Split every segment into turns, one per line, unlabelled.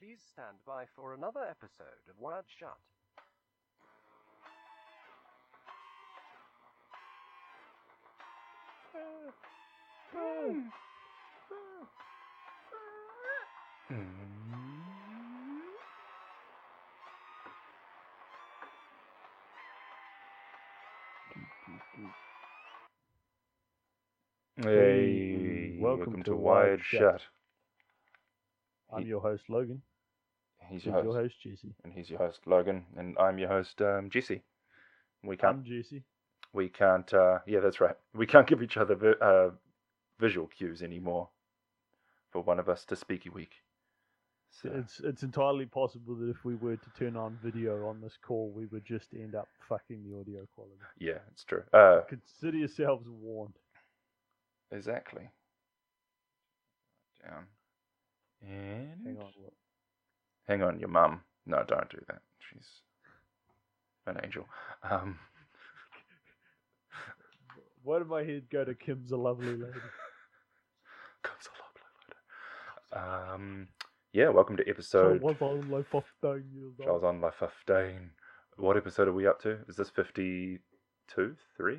Please stand by for another episode of Wired Shut.
Hey,
Hey, welcome to Wired Shut.
I'm your host, Logan.
He's
Who's
your host,
your host, Jesse?
and he's your host Logan, and I'm your host um, Jesse. We can't,
I'm Jesse.
we can't. Uh, yeah, that's right. We can't give each other vi- uh, visual cues anymore for one of us to speak week. So
It's it's entirely possible that if we were to turn on video on this call, we would just end up fucking the audio quality.
yeah, it's true. Uh,
Consider yourselves warned.
exactly. Down. And
Hang on. Look.
Hang on, your mum. No, don't do that. She's an angel. Um,
Why did my head go to Kim's a lovely lady?
comes a lot later. Um, yeah, welcome to
So
episode.
was on like 15 years
I was
old.
on my 15. What episode are we up to? Is this 52, 3?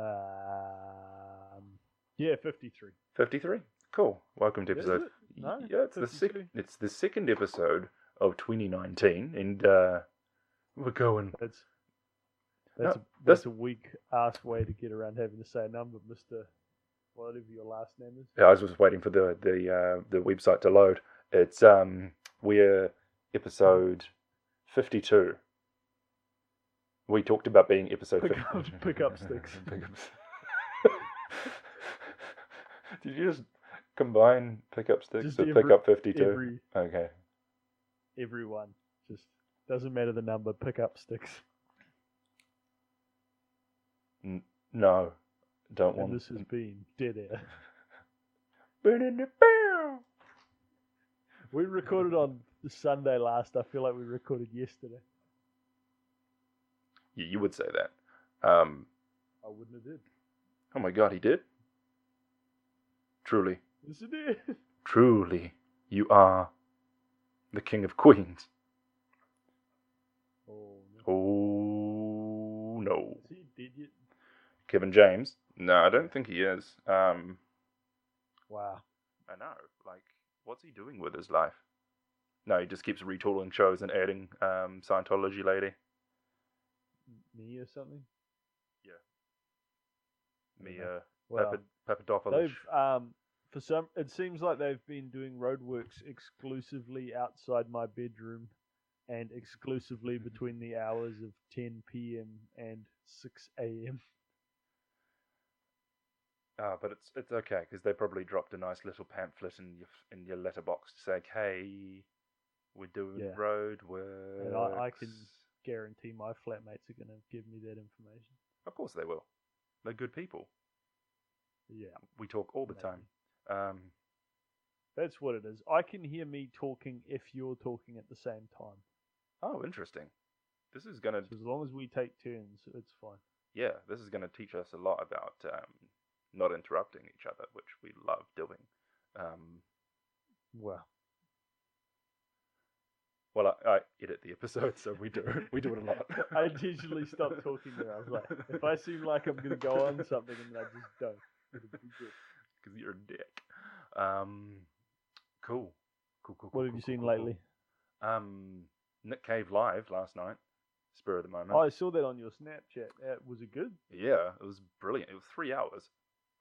Um, yeah, 53.
53? Cool. Welcome to
Is
episode.
it? No,
yeah, it's the, sec-
52.
it's the second episode of 2019, and uh, we're going.
That's
No,
that's, a,
this-
that's a weak ass way to get around having to say a number, Mister. Whatever your last name is.
Yeah, I was just waiting for the the uh, the website to load. It's um we're episode 52. We talked about being episode
Pick
50.
up- pick up sticks.
Pick up s- Did you just combine pick up sticks
Just
with
every-
pick up 52?
Every
Okay.
everyone just doesn't matter the number. Pick up sticks.
No. Don't
And
want
this has been dead air. We recorded on the Sunday last. I feel like we recorded yesterday.
Yeah, you would say that. Um
I wouldn't have did.
oh my god, he did. Truly.
Yes, it did.
Truly, you are the King of Queens.
Oh no.
Oh no,
Is he dead yet?
Kevin James? No, I don't think he is. Um,
Wow.
I know. Like, what's he doing with his life? No, he just keeps retooling shows and adding um, Scientology lady.
Me or something.
Mia
Wow.
Papa- uh, Papadopoulos.
They've um for some it seems like they've been doing roadworks exclusively outside my bedroom and exclusively between the hours of 10 p.m. and 6 a.m.
Ah, but it's it's okay because they probably dropped a nice little pamphlet in your in your letterbox to say, "Hey, we're doing
Yeah.
road work."
I- I can- Guarantee my flatmates are going to give me that information.
Of course they will. They're good people.
Yeah,
We talk all the
Maybe.
time. Um,
that's what it is. I can hear me talking if you're talking at the same time.
oh, interesting. This is gonna
So as long as we take turns, it's fine.
yeah, this is gonna teach us a lot about um, not interrupting each other, which we love doing. Um,
Well,
well, I, I edit the episode, so we do we do it a lot.
I intentionally stopped talking there. I was like, if I seem like I'm going to go on something and I just don't, it'll be good.
because you're a dick. Um, cool. Cool, cool, cool.
What have
cool,
you
cool,
seen
cool, cool.
lately?
Um, Nick Cave live last night. Spur of the moment.
Oh, I saw that on your Snapchat. Uh, was it good?
Yeah, it was brilliant. It was three hours.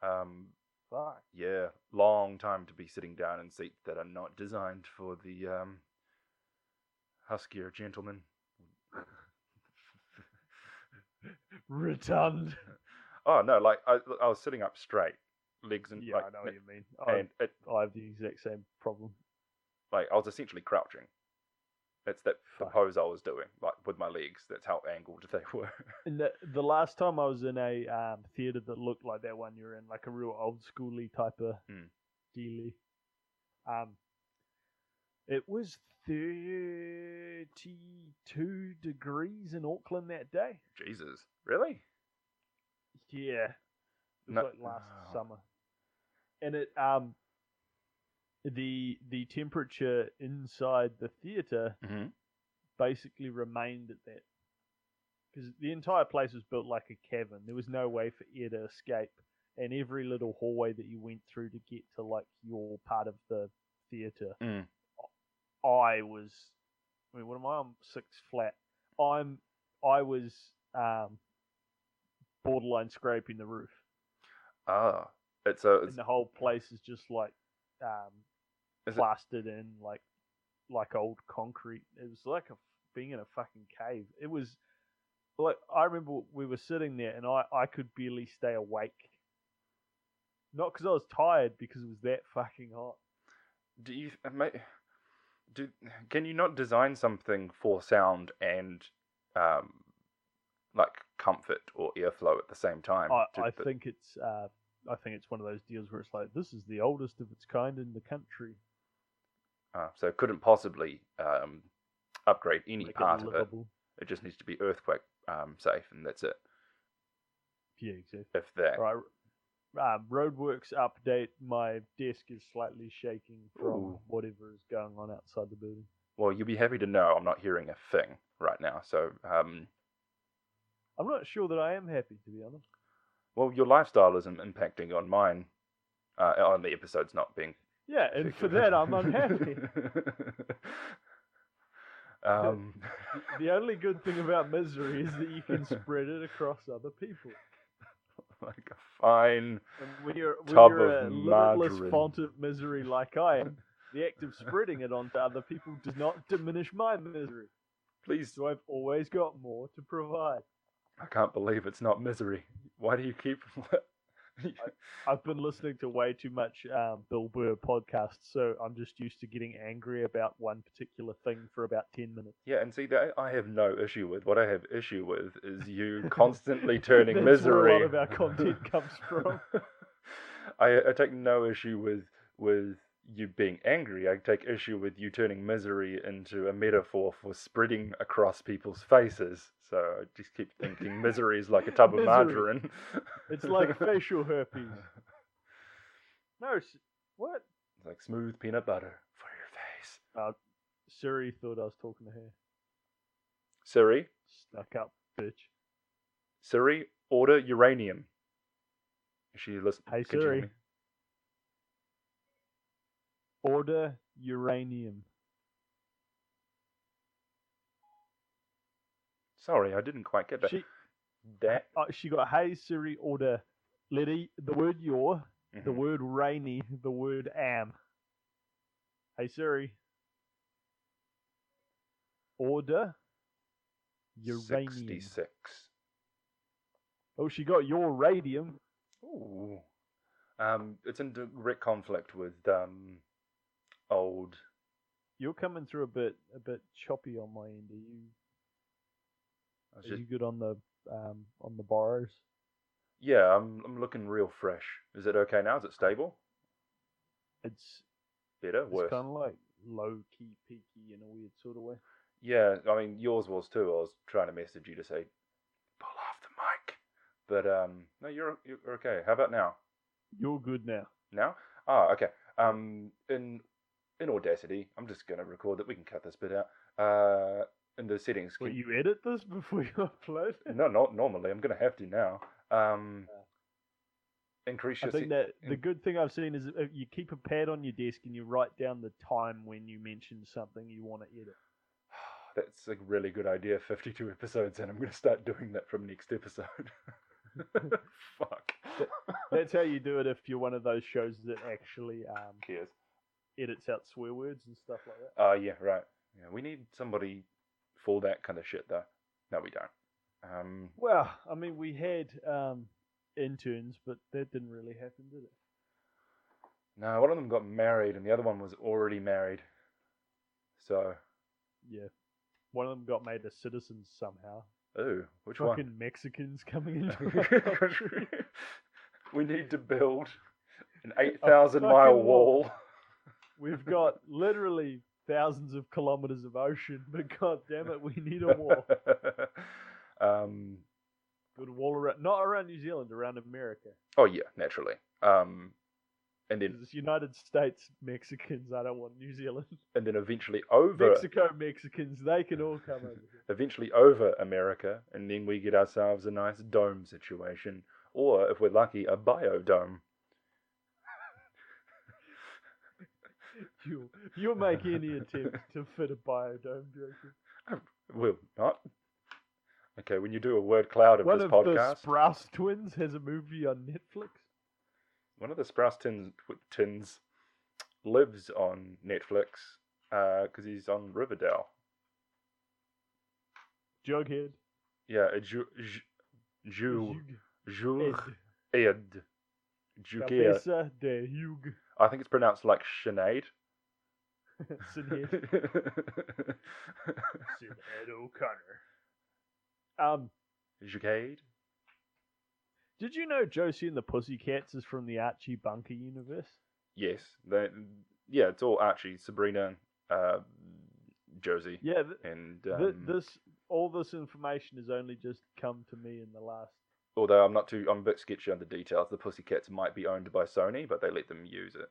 Um,
Fuck.
yeah, long time to be sitting down in seats that are not designed for the um, huskier gentleman.
Rotund.
oh no, like I, I was sitting up straight, legs and
Yeah,
like,
I know
ne-
what you mean. I,
and it,
I have the exact same problem.
like I was essentially crouching. That's that the
Fuck.
pose I was doing, like with my legs. That's how angled they were.
And the, the last time I was in a um, theater that looked like that one you're in, like a real old schooly type of
Mm.
dealy, um, it was 32 degrees in Auckland that day.
Jesus, really?
Yeah. It was
No-
like last
Wow.
summer. And it um the the temperature inside the theater
Mm-hmm.
basically remained at that because the entire place was built like a cavern. There was no way for air to escape, and every little hallway that you went through to get to like your part of the theater,
Mm.
I was. I mean, what am I? I'm six flat. I'm. I was um, borderline scraping the roof,
Ah, it's a
and the whole place is just like um,
Is it-
plastered in, like like old concrete. It was like a, being in a fucking cave. It was like I remember we were sitting there, and I I could barely stay awake. Not because I was tired, because it was that fucking hot.
do you uh, ma- do can you not design something for sound and um like comfort or airflow at the same time?
I,
Do
I
the-
think it's uh, I think it's one of those deals where it's like this is the oldest of its kind in the country.
uh, so it couldn't possibly um upgrade any
Make it
part of it.
livable.
It just needs to be earthquake um safe and that's it.
Yeah, exactly.
If that
Right. Um, roadworks update. My desk is slightly shaking from
Ooh.
whatever is going on outside the building.
well you'll be happy to know I'm not hearing a thing right now. So um
I'm not sure that I am happy, to be honest.
well your lifestyle isn't impacting on mine. Uh, on the episodes not being
Yeah, and for that, I'm unhappy.
um,
the only good thing about misery is that you can spread it across other people.
like a fine.
And when you're, when
Tub
you're
of
a limitless
margarine.
font of misery like I am, the act of spreading it onto other people does not diminish my misery.
Please,
So I've always got more to provide.
I can't believe it's not misery. Why do you keep?
I've been listening to way too much um, Bill Burr podcasts, so I'm just used to getting angry about one particular thing for about 10 minutes.
yeah, and see that I have no issue with. What I have issue with is you constantly turning
That's where
misery.
a lot of our content comes from.
I, I take no issue with with you being angry. I take issue with you turning misery into a metaphor for spreading across people's faces. So I just keep thinking misery is like a tub of
Misery.
margarine.
It's like facial herpes. No, s- what?
It's like smooth peanut butter for your face.
Siri thought I was talking to her.
Siri,
Stuck up, bitch.
Siri, order uranium. Is she listening?
Hey, Siri. Order uranium.
Sorry, I didn't quite get that.
She
that
uh, she got hey Siri order letter the word your the
Mhm.
word rainy the word am. Hey Siri. Order uranium.
mm-hmm, sixty-six.
Oh, she got your radium.
Ooh. Um, it's in direct conflict with um, old.
You're coming through a bit a bit choppy on my end. Are you
I was
Are
just-
you good on the um on the bars?
yeah, I'm I'm looking real fresh. Is it okay now? Is it stable?
It's
Better?
it's
Worse?
kind of like low key peaky in a weird sort of way.
Yeah, I mean yours was too. I was trying to message you to say pull off the mic, but um, no, you're you're okay. How about now?
You're good now.
Now? Ah, okay. Um, in in Audacity, I'm just gonna record that. We can cut this bit out. Uh, in the settings.
Will
can-
you edit this before you upload? it?
No, not normally. I'm gonna have to now. Um,
Uh,
increase
I
your.
think
se-
that the
in-
good thing I've seen is if you keep a pad on your desk and you write down the time when you mention something you want to edit.
That's a really good idea. 52 episodes, and I'm gonna start doing that from next episode. Fuck.
That's how you do it if you're one of those shows that actually um,
Cheers.
edits out swear words and stuff like that.
Oh, yeah, right. Yeah, we need somebody for that kind of shit, though. No, we don't. Um,
Well, I mean, we had um, interns, but that didn't really happen, did it?
no, one of them got married, and the other one was already married. So,
Yeah. One of them got made a citizen somehow.
ooh, which
Fucking
one?
Mexicans coming into our country.
we need to build an 8,000 mile
fucking wall.
wall.
We've got literally thousands of kilometers of ocean, but god damn it, we need a wall.
um,
Good wall around, not around New Zealand, around America.
oh, yeah, naturally. Um, and then
'Cause it's United States Mexicans. I don't want New Zealand.
and then eventually over
Mexico Mexicans. They can all come over. here.
eventually over America, and then we get ourselves a nice dome situation, or if we're lucky, a biodome.
You'll, you'll make any attempt to fit a biodome. do you?
Will not. Okay, when you do a word cloud of
One
this
of the
podcast,
Sprouse twins has a movie on Netflix.
one of the Sprouse tins, tins lives on Netflix because he's on Riverdale.
Jughead.
Yeah, a Ju, Ju,
Jug-
Ju,
Ed.
Ed. Juguet.
Cabeza de Hugh
I think it's pronounced like Sinead.
Sinhead. Sinhead O'Connor. Um,
Juguet?
did you know Josie and the Pussycats is from the Archie Bunker universe?
Yes. They, yeah, it's all Archie, Sabrina, uh, Josie,
Yeah, th-
and
th-
um,
this all this information has only just come to me in the last.
although I'm not too, I'm a bit sketchy on the details. The Pussycats might be owned by Sony, but they let them use it.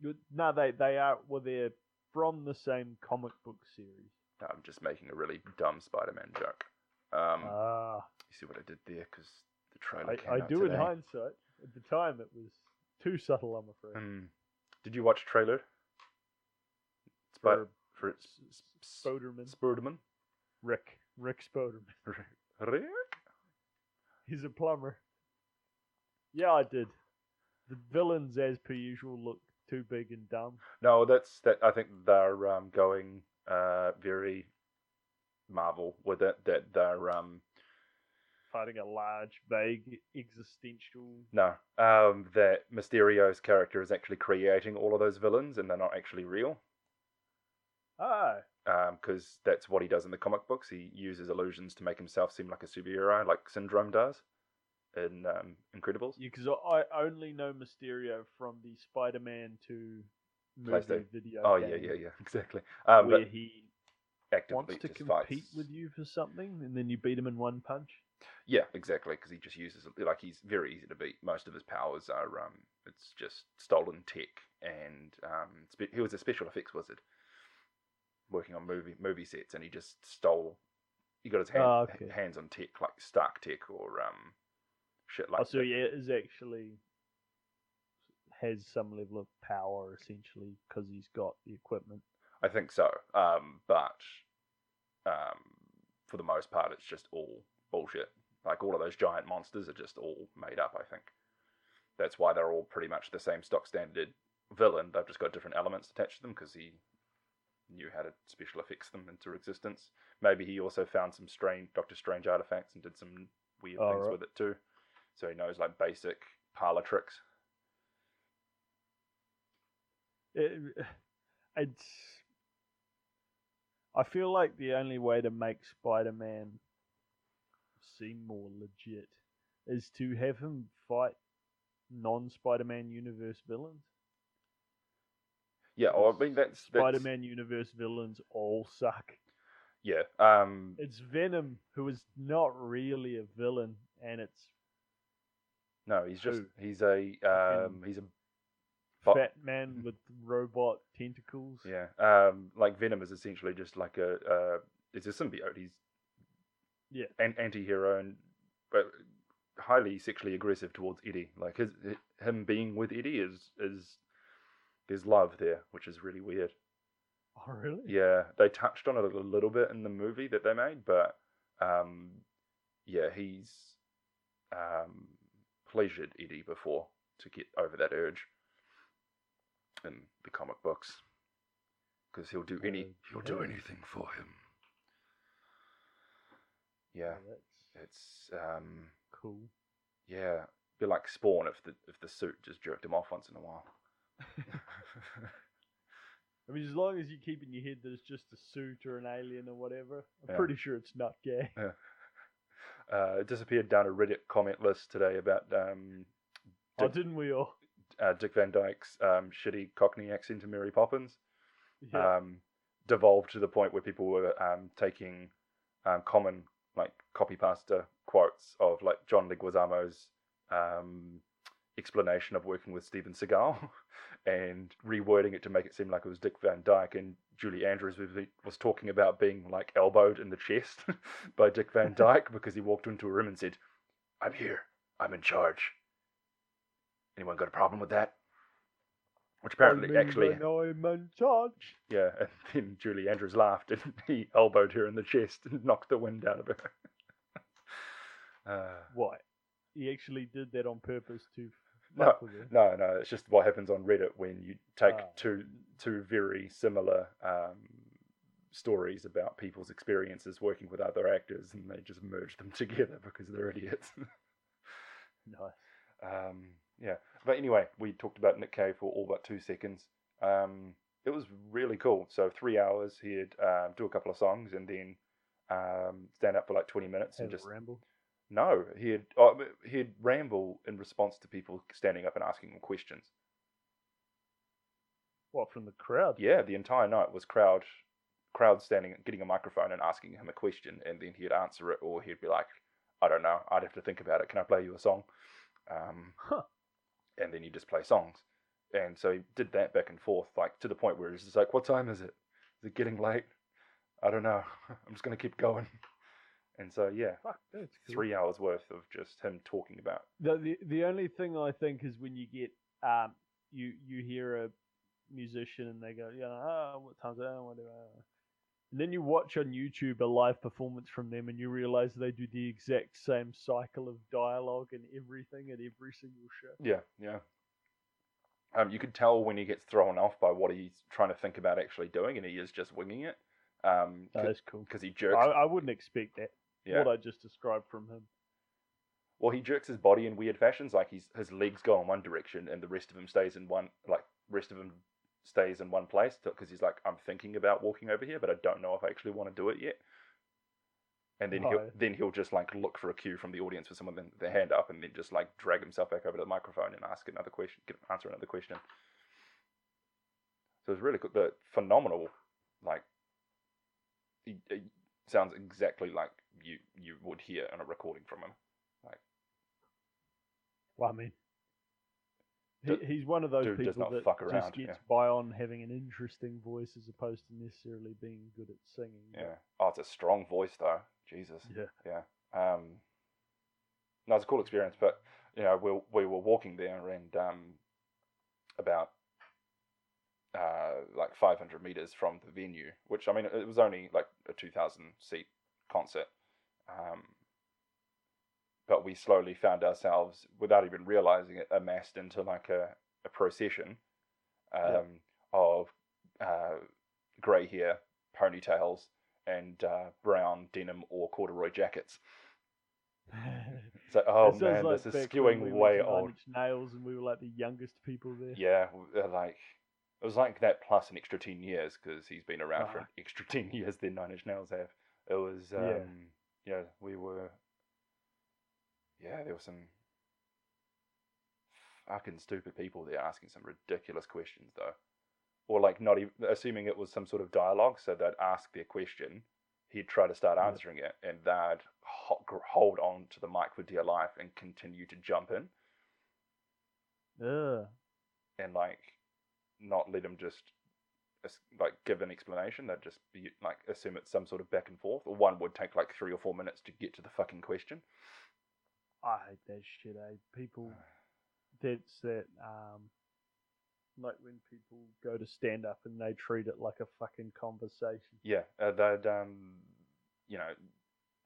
you- No, they they are well, they're from the same comic book series.
I'm just making a really dumb Spider-Man joke. Um,
Ah,
you see what I did there? Because the trailer came
I, I
out
do
today.
in hindsight. At the time, it was too subtle, I'm afraid.
Hmm. Did you watch trailer? Spi-
for
for
S- S-
S-
Spoderman,
Spiderman.
Rick, Rick Spoderman.
Rick?
He's a plumber. Yeah, I did. The villains, as per usual, look too big and dumb.
No, that's that. I think they're um, going uh, very Marvel with it. That they're um,
Fighting a large, vague, existential.
no, um, that Mysterio's character is actually creating all of those villains, and they're not actually real.
Ah,
Because that's what he does in the comic books. He uses illusions to make himself seem like a superhero, like Syndrome does in um, Incredibles.
because I I only know Mysterio from the Spider-Man to movie
PlayStation.
video.
oh yeah,
game,
yeah, yeah, exactly. Um,
Where
but
he
actively
wants to
just
compete
fights.
with you for something, and then you beat him in one punch.
Yeah, exactly. Because he just uses like he's very easy to beat. Most of his powers are um, it's just stolen tech, and um, spe- he was a special effects wizard, working on movie movie sets, and he just stole. He got his hand,
Ah, okay.
hands on tech like Stark tech or um, shit like.
Oh, so
that.
yeah, it is actually has some level of power essentially because he's got the equipment.
I think so. Um, but um, for the most part, it's just all bullshit. Like all of those giant monsters are just all made up. I think that's why they're all pretty much the same stock standard villain. They've just got different elements attached to them because he knew how to special effects them into existence. Maybe he also found some strange Doctor Strange artifacts and did some weird
Oh,
things
right.
with it too. So he knows like basic parlor tricks.
it, it's I feel like the only way to make Spider-Man seem more legit is to have him fight non-Spider-Man universe villains.
Yeah, or, I mean that's, that's
Spider-Man universe villains all suck.
Yeah, um,
It's Venom who is not really a villain and it's
No, he's just
Who?
he's a um he's a But-
fat man with robot tentacles.
Oh. Mm. yeah um like Venom is essentially just like a uh it's a symbiote. He's
Yeah.
an anti-hero and but highly sexually aggressive towards Eddie. Like his hi- him being with Eddie is is there's love there, which is really weird.
Oh really?
Yeah, they touched on it a little bit in the movie that they made, but um yeah, he's um pleasured Eddie before to get over that urge in the comic books because he'll do any he'll do
Okay.
anything for him. Yeah,
Oh, that's
it's um
cool.
yeah, be like Spawn if the if the suit just jerked him off once in a while.
I mean, as long as you keep in your head that it's just a suit or an alien or whatever, I'm
Yeah.
pretty sure it's not gay.
uh, it disappeared down a Reddit comment list today about um,
Oh,
Did-
didn't we all?
uh, Dick Van Dyke's um, shitty Cockney accent to Mary Poppins
Yeah.
um, devolved to the point where people were um, taking um, common like copy pasta quotes of like John Leguizamo's um, explanation of working with Steven Seagal and rewording it to make it seem like it was Dick Van Dyke and Julie Andrews was, was talking about being like elbowed in the chest by Dick Van Dyke because he walked into a room and said, "I'm here. I'm in charge." Anyone got a problem with that? Which apparently
I mean,
actually
when I'm in charge.
yeah, and then Julie Andrews laughed and he elbowed her in the chest and knocked the wind out of her. Uh,
What? He actually did that on purpose to
no,
fuck with her.
no, no. It's just what happens on Reddit when you take
Ah.
two two very similar um, stories about people's experiences working with other actors, and they just merge them together because they're idiots.
Nice.
um, yeah, but anyway, we talked about Nick Cave for all but two seconds. Um, it was really cool. So three hours, he'd um, do a couple of songs, and then um, stand up for like twenty minutes
Have
and just
a ramble.
no, he'd uh, he'd ramble in response to people standing up and asking him questions.
What from the crowd?
yeah, the entire night was crowd, crowd standing, getting a microphone and asking him a question, and then he'd answer it, or he'd be like, "I don't know, I'd have to think about it. Can I play you a song?" Um,
Huh.
And then you just play songs, and so he did that back and forth, like to the point where he's just like, "What time is it? Is it getting late? I don't know. I'm just gonna keep going." And so yeah,
Fuck, that's cool.
three hours worth of just him talking about
The, the the only thing I think is when you get um you you hear a musician and they go you know oh, what time's it oh, whatever. And then you watch on YouTube a live performance from them and you realize they do the exact same cycle of dialogue and everything at every single show.
Yeah, yeah. Um, you could tell when he gets thrown off by what he's trying to think about actually doing, and he is just winging it. Um,
That's cool.
because he
I,
jerks.
I wouldn't expect that.
yeah.
What I just described from him.
well, he jerks his body in weird fashions, like he's, his legs go in one direction, and the rest of him stays in one, like rest of him stays in one place, because he's like, I'm thinking about walking over here, but I don't know if I actually want to do it yet. And then he'll
Right.
then he'll just like look for a cue from the audience for someone with their hand up, and then just like drag himself back over to the microphone and ask another question, get, answer another question. So it's really good. The phenomenal, like, he, he sounds exactly like you you would hear in a recording from him.
Well, I mean, he,
Dude-
he's one of those
dude does
people
not
that
fuck around,
just gets
yeah.
by on having an interesting voice as opposed to necessarily being good at singing. but-
Yeah. Oh, it's a strong voice though. Jesus.
yeah.
Um, no, it's a cool experience, but you know, we we were walking there and um, about uh like 500 meters from the venue, which I mean, it was only like a 2,000 seat concert. Um, but we slowly found ourselves, without even realizing it, amassed into like a, a procession um,
Yeah.
of uh, grey hair, ponytails, and uh, brown denim or corduroy jackets. It's like, oh
That sounds
man,
like
this is
back when we
skewing
went
way
to Nine
old.
Inch Nails, and we were like the youngest people there.
Yeah, w- uh, like it was like that plus an extra ten years because he's been around for an
Fuck.
extra ten years than Nine Inch Nails have. It was, um,
Uh-huh. Yeah.
yeah, we were, yeah, there were some fucking stupid people there asking some ridiculous questions though, or like not even assuming it was some sort of dialogue, so they'd ask their question. He'd try to start
Yeah.
answering it, and they'd ho- gr- hold on to the mic for dear life and continue to jump in
Ugh.
and like not let him just es- like give an explanation. They'd just be like assume it's some sort of back and forth, or one would take like three or four minutes to get to the fucking question.
I hate that shit. Eh? People, that's that. Um, like when people go to stand up and they treat it like a fucking conversation.
Yeah, uh, they'd um, you know,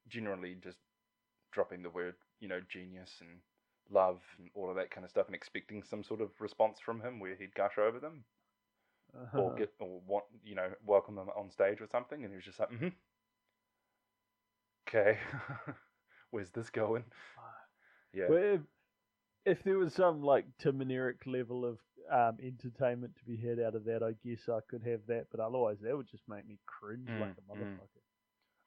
generally just dropping the word you know genius and love and all of that kind of stuff, and expecting some sort of response from him where he'd gush over them or get or want you know welcome them on stage or something, and he was just like, mm-hmm. okay, where's this going? Yeah.
Well, if, if there was some like Tim and Eric level of um, entertainment to be had out of that, I guess I could have that. But otherwise, that would just make me cringe like
Mm,
a
mm.
motherfucker.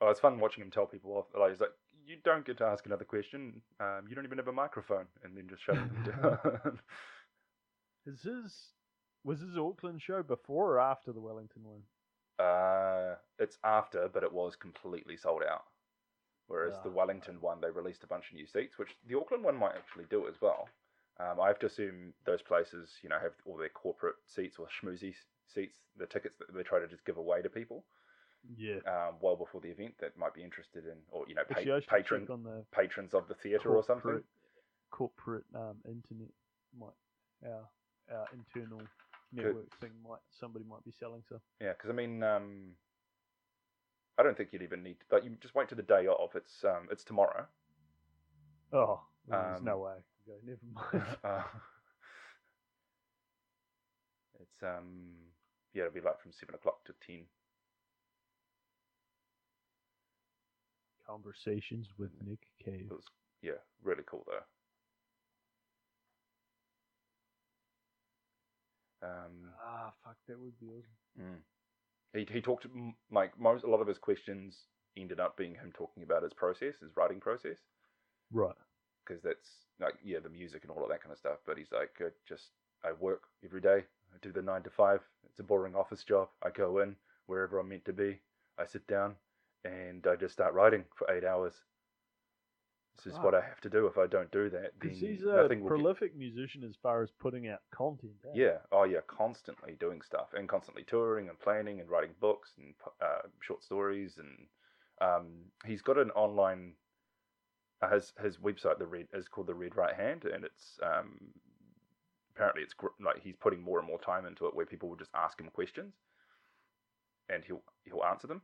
Oh, it's fun watching him tell people off. Like, he's like, you don't get to ask another question. Um, you don't even have a microphone, and then just shutting them down.
Is his was his Auckland show before or after the Wellington one?
uh, it's after, but it was completely sold out. Whereas the
Ah.
Wellington one, they released a bunch of new seats, which the Auckland one might actually do as well. Um, I have to assume those places, you know, have all their corporate seats or schmoozy s- seats, the tickets that they try to just give away to people
Yeah.
um, well before the event that might be interested in, or you know, pa-
Actually, I should
patron
check on the
patrons of the theatre or something.
corporate- Corporate um, internet might our our internal network thing might somebody might be selling stuff.
Yeah, because I mean, um, I don't think you'd even need. Like, you just wait to the day of. It's um, it's tomorrow.
Oh, there's
Um,
no way. I can go, Never mind.
uh, it's um, yeah, it'll be like from seven o'clock to ten.
Conversations with Nick Cave.
It was yeah, really cool though. Um,
Ah, fuck, that would be awesome.
Mm. He he talked m- like most a lot of his questions ended up being him talking about his process, his writing process,
Right.
because that's like yeah the music and all of that kind of stuff. But he's like, uh, just I work every day. I do the nine to five. It's a boring office job. I go in wherever I'm meant to be. I sit down and I just start writing for eight hours. This is what I have to do. If I don't do that, then
Because he's a
nothing will get
prolific musician as far as putting out content. eh?
yeah. Oh, yeah. Constantly doing stuff and constantly touring and planning and writing books and uh, short stories and um, he's got an online. Uh, his his website the red is called the Red Right Hand and it's um, apparently it's gr- like he's putting more and more time into it where people will just ask him questions and he'll he'll answer them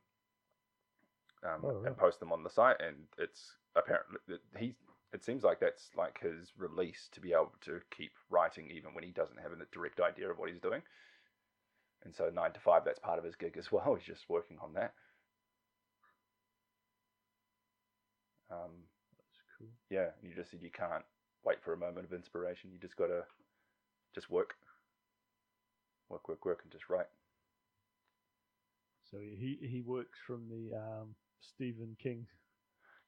um,
Oh, right.
and post them on the site and it's apparently he it seems like that's like his release to be able to keep writing even when he doesn't have a direct idea of what he's doing and so nine to five that's part of his gig as well he's just working on that um,
That's cool.
yeah and you just said you can't wait for a moment of inspiration you just gotta just work work work work and just write
So he he works from the um, Stephen King.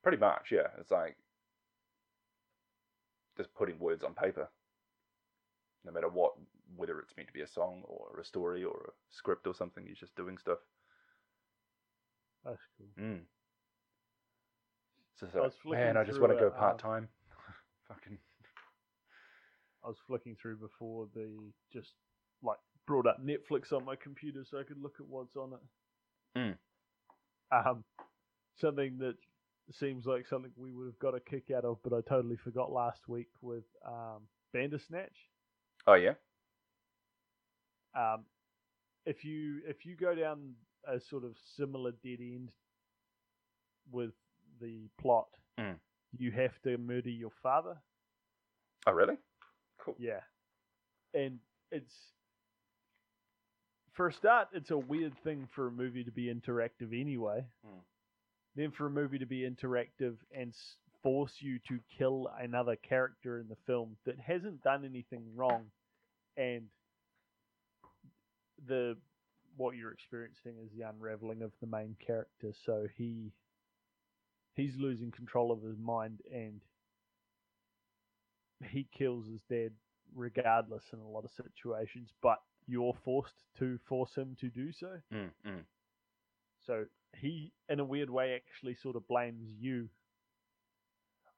Pretty much, yeah. It's like just putting words on paper, no matter what, whether it's meant to be a song or a story or a script or something. He's just doing stuff.
That's cool.
Mm. So,
I
so
was flicking
man, I just
through
want to go
a, uh,
part time. Fucking
I was flicking through before the just like brought up Netflix on my computer so I could look at what's on it.
Mm.
Um, something that seems like something we would have got a kick out of, but I totally forgot last week with um, Bandersnatch.
oh yeah,
Um, if you if you go down a sort of similar dead end with the plot,
Mm.
you have to murder your father.
oh really? Cool.
Yeah. And it's for a start, it's a weird thing for a movie to be interactive anyway.
Mm.
Then for a movie to be interactive and s- force you to kill another character in the film that hasn't done anything wrong, and the what you're experiencing is the unraveling of the main character. So he he's losing control of his mind and he kills his dad regardless in a lot of situations, but you're forced to force him to do so.
Mm, mm.
So he, in a weird way, actually sort of blames you,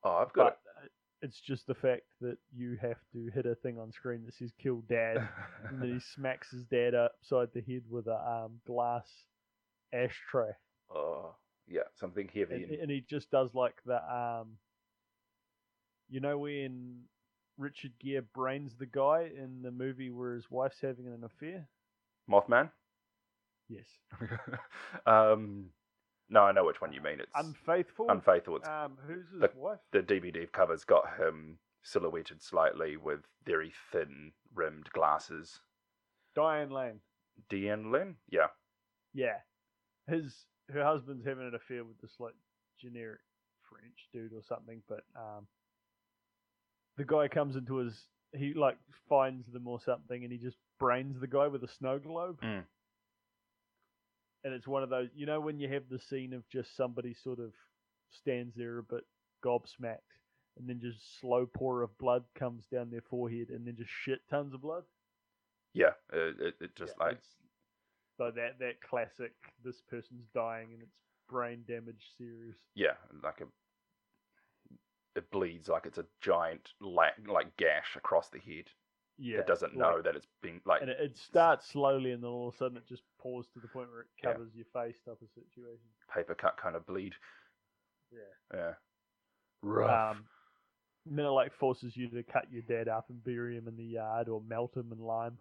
Oh, I've got
but uh, it's just the fact that you have to hit a thing on screen that says "kill dad,"
it.
and then he smacks his dad upside the head with a um, glass ashtray,
oh yeah, something heavy.
and,
And,
and he just does like the, um, you know, when Richard Gere brains the guy in the movie where his wife's having an affair.
Mothman.
Yes.
um, no, I know which one you mean. It's
Unfaithful.
unfaithful. It's
um, who's his
the-
wife?
the DVD cover's got him silhouetted slightly with very thin rimmed glasses.
Diane Lane.
Deanne Lynn? Yeah.
Yeah, his her husband's having an affair with this like generic French dude or something. But um, the guy comes into his he like finds them or something, and he just brains the guy with a snow globe.
Mm.
And it's one of those, you know, when you have the scene of just somebody sort of stands there a bit gobsmacked, and then just slow pour of blood comes down their forehead, and then just shit tons of blood.
Yeah. It, it, it just
Yeah,
like
it's- so that that classic this person's dying and it's brain damage series
yeah, like a it bleeds like it's a giant la- like gash across the head
Yeah,
that doesn't
like-
know that it's been like
and it, it starts slowly, and then all of a sudden it just pours to the point where it
Yeah.
covers your face type of situation.
paper cut kind of bleed.
Yeah.
Yeah, rough.
Um, Minute like forces you to cut your dad up and bury him in the yard or melt him in lime.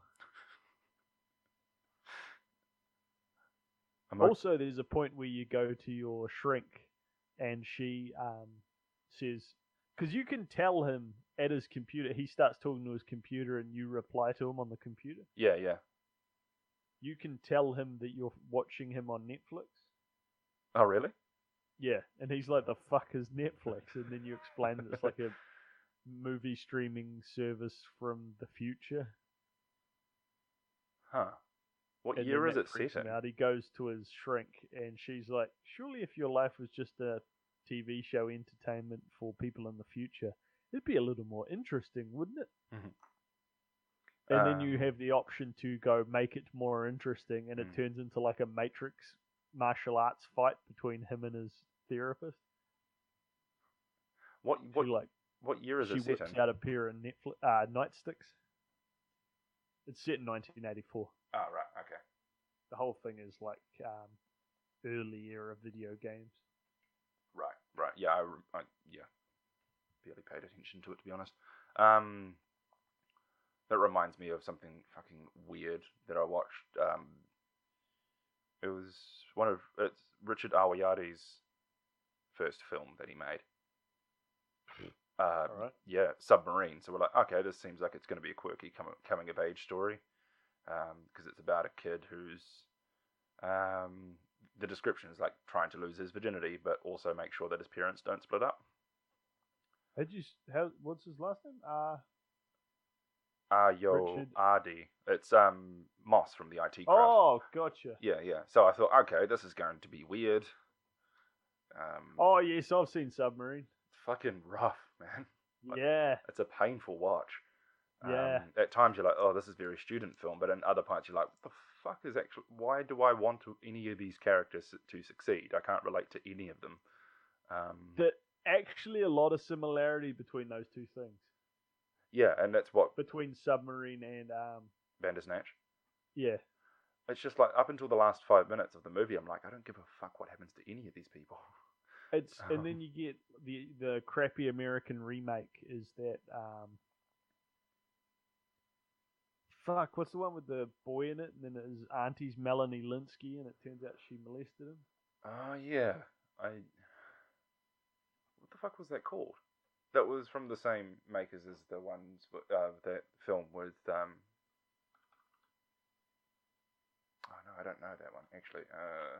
I'm like,
Also, there's a point where you go to your shrink, and she um, says, because you can tell him at his computer, he starts talking to his computer, and you reply to him on the computer.
yeah, yeah.
You can tell him that you're watching him on Netflix.
Oh, really?
Yeah, and he's like, "The fuck is Netflix?" And then you explain that it's like a movie streaming service from the future.
Huh. What
And
year
then
is
that
it
freaks
set in?
him Out. He goes to his shrink, and she's like, "Surely, if your life was just a TV show entertainment for people in the future, it'd be a little more interesting, wouldn't it?"
Mhm.
And then
Uh,
you have the option to go make it more interesting, and it
Mm.
turns into like a Matrix martial arts fight between him and his therapist.
What
Who,
what
like
what year is
she
it set
whips
in?
out a pair of Netflix, uh, nightsticks. It's set in 1984.
Oh, right. Okay.
The whole thing is like um, early era video games.
Right, right. Yeah, I, rem- I yeah, barely paid attention to it to be honest. Um, that reminds me of something fucking weird that I watched. Um, it was one of it's Richard Aoyade's first film that he made. Uh,
All right.
yeah, submarine. So we're like, okay, this seems like it's going to be a quirky coming coming of age story, because it's about a kid who's, um, the description is like trying to lose his virginity, but also make sure that his parents don't split up.
How'd you? s- How? What's his last name? Uh,
Ah, yo,
Richard-
Ardy. It's um Moss from the IT crowd.
oh, gotcha.
Yeah, yeah. So I thought, okay, this is going to be weird. Um,
Oh yes, I've seen Submarine.
fucking rough, man. Like-
Yeah,
It's a painful watch.
Yeah.
Um, at times you're like, oh, this is very student film, but in other parts you're like, what the fuck is actually? Why do I want to, any of these characters to succeed? I can't relate to any of them. Um,
The- actually, a lot of similarity between those two things,
yeah, and that's what
between Submarine and um,
Bandersnatch.
yeah,
It's just like up until the last five minutes of the movie, I'm like, I don't give a fuck what happens to any of these people.
It's
Um,
and then you get the the crappy American remake is that um fuck what's the one with the boy in it and then his auntie's Melanie Linsky and it turns out she molested him.
Oh yeah, I. What the fuck was that called? That was from the same makers as the ones w- uh, that film with. Um... Oh no, I don't know that one actually. Uh,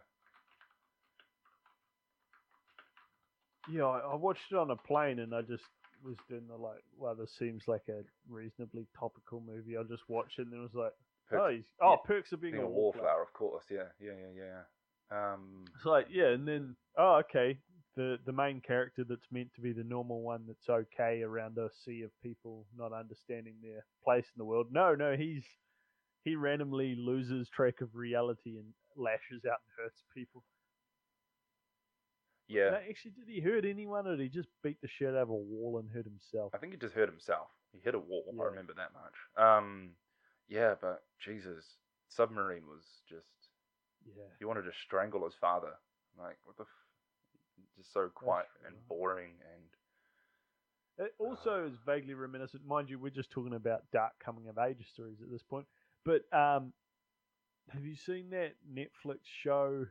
Yeah, I, I watched it on a plane and I just was doing the like well this seems like a reasonably topical movie. I just watched it and it was like
Perks,
oh he's, oh
yeah,
perks of being,
being a wallflower, of course. Yeah, yeah, yeah, yeah. Um,
It's like yeah, and then oh okay, the the main character that's meant to be the normal one that's okay around a sea of people not understanding their place in the world. No, no, he's he randomly loses track of reality and lashes out and hurts people.
yeah.
No, actually, did he hurt anyone or did he just beat the shit out of a wall and hurt himself?
I think he just hurt himself. He hit a wall.
Yeah.
I remember that much. Um, yeah, but Jesus, submarine was just.
Yeah.
He wanted to strangle his father. Like, what the f- Just so quiet and
right.
boring and.
It also is vaguely reminiscent, mind you. We're just talking about dark coming of age stories at this point. But um, have you seen that Netflix show,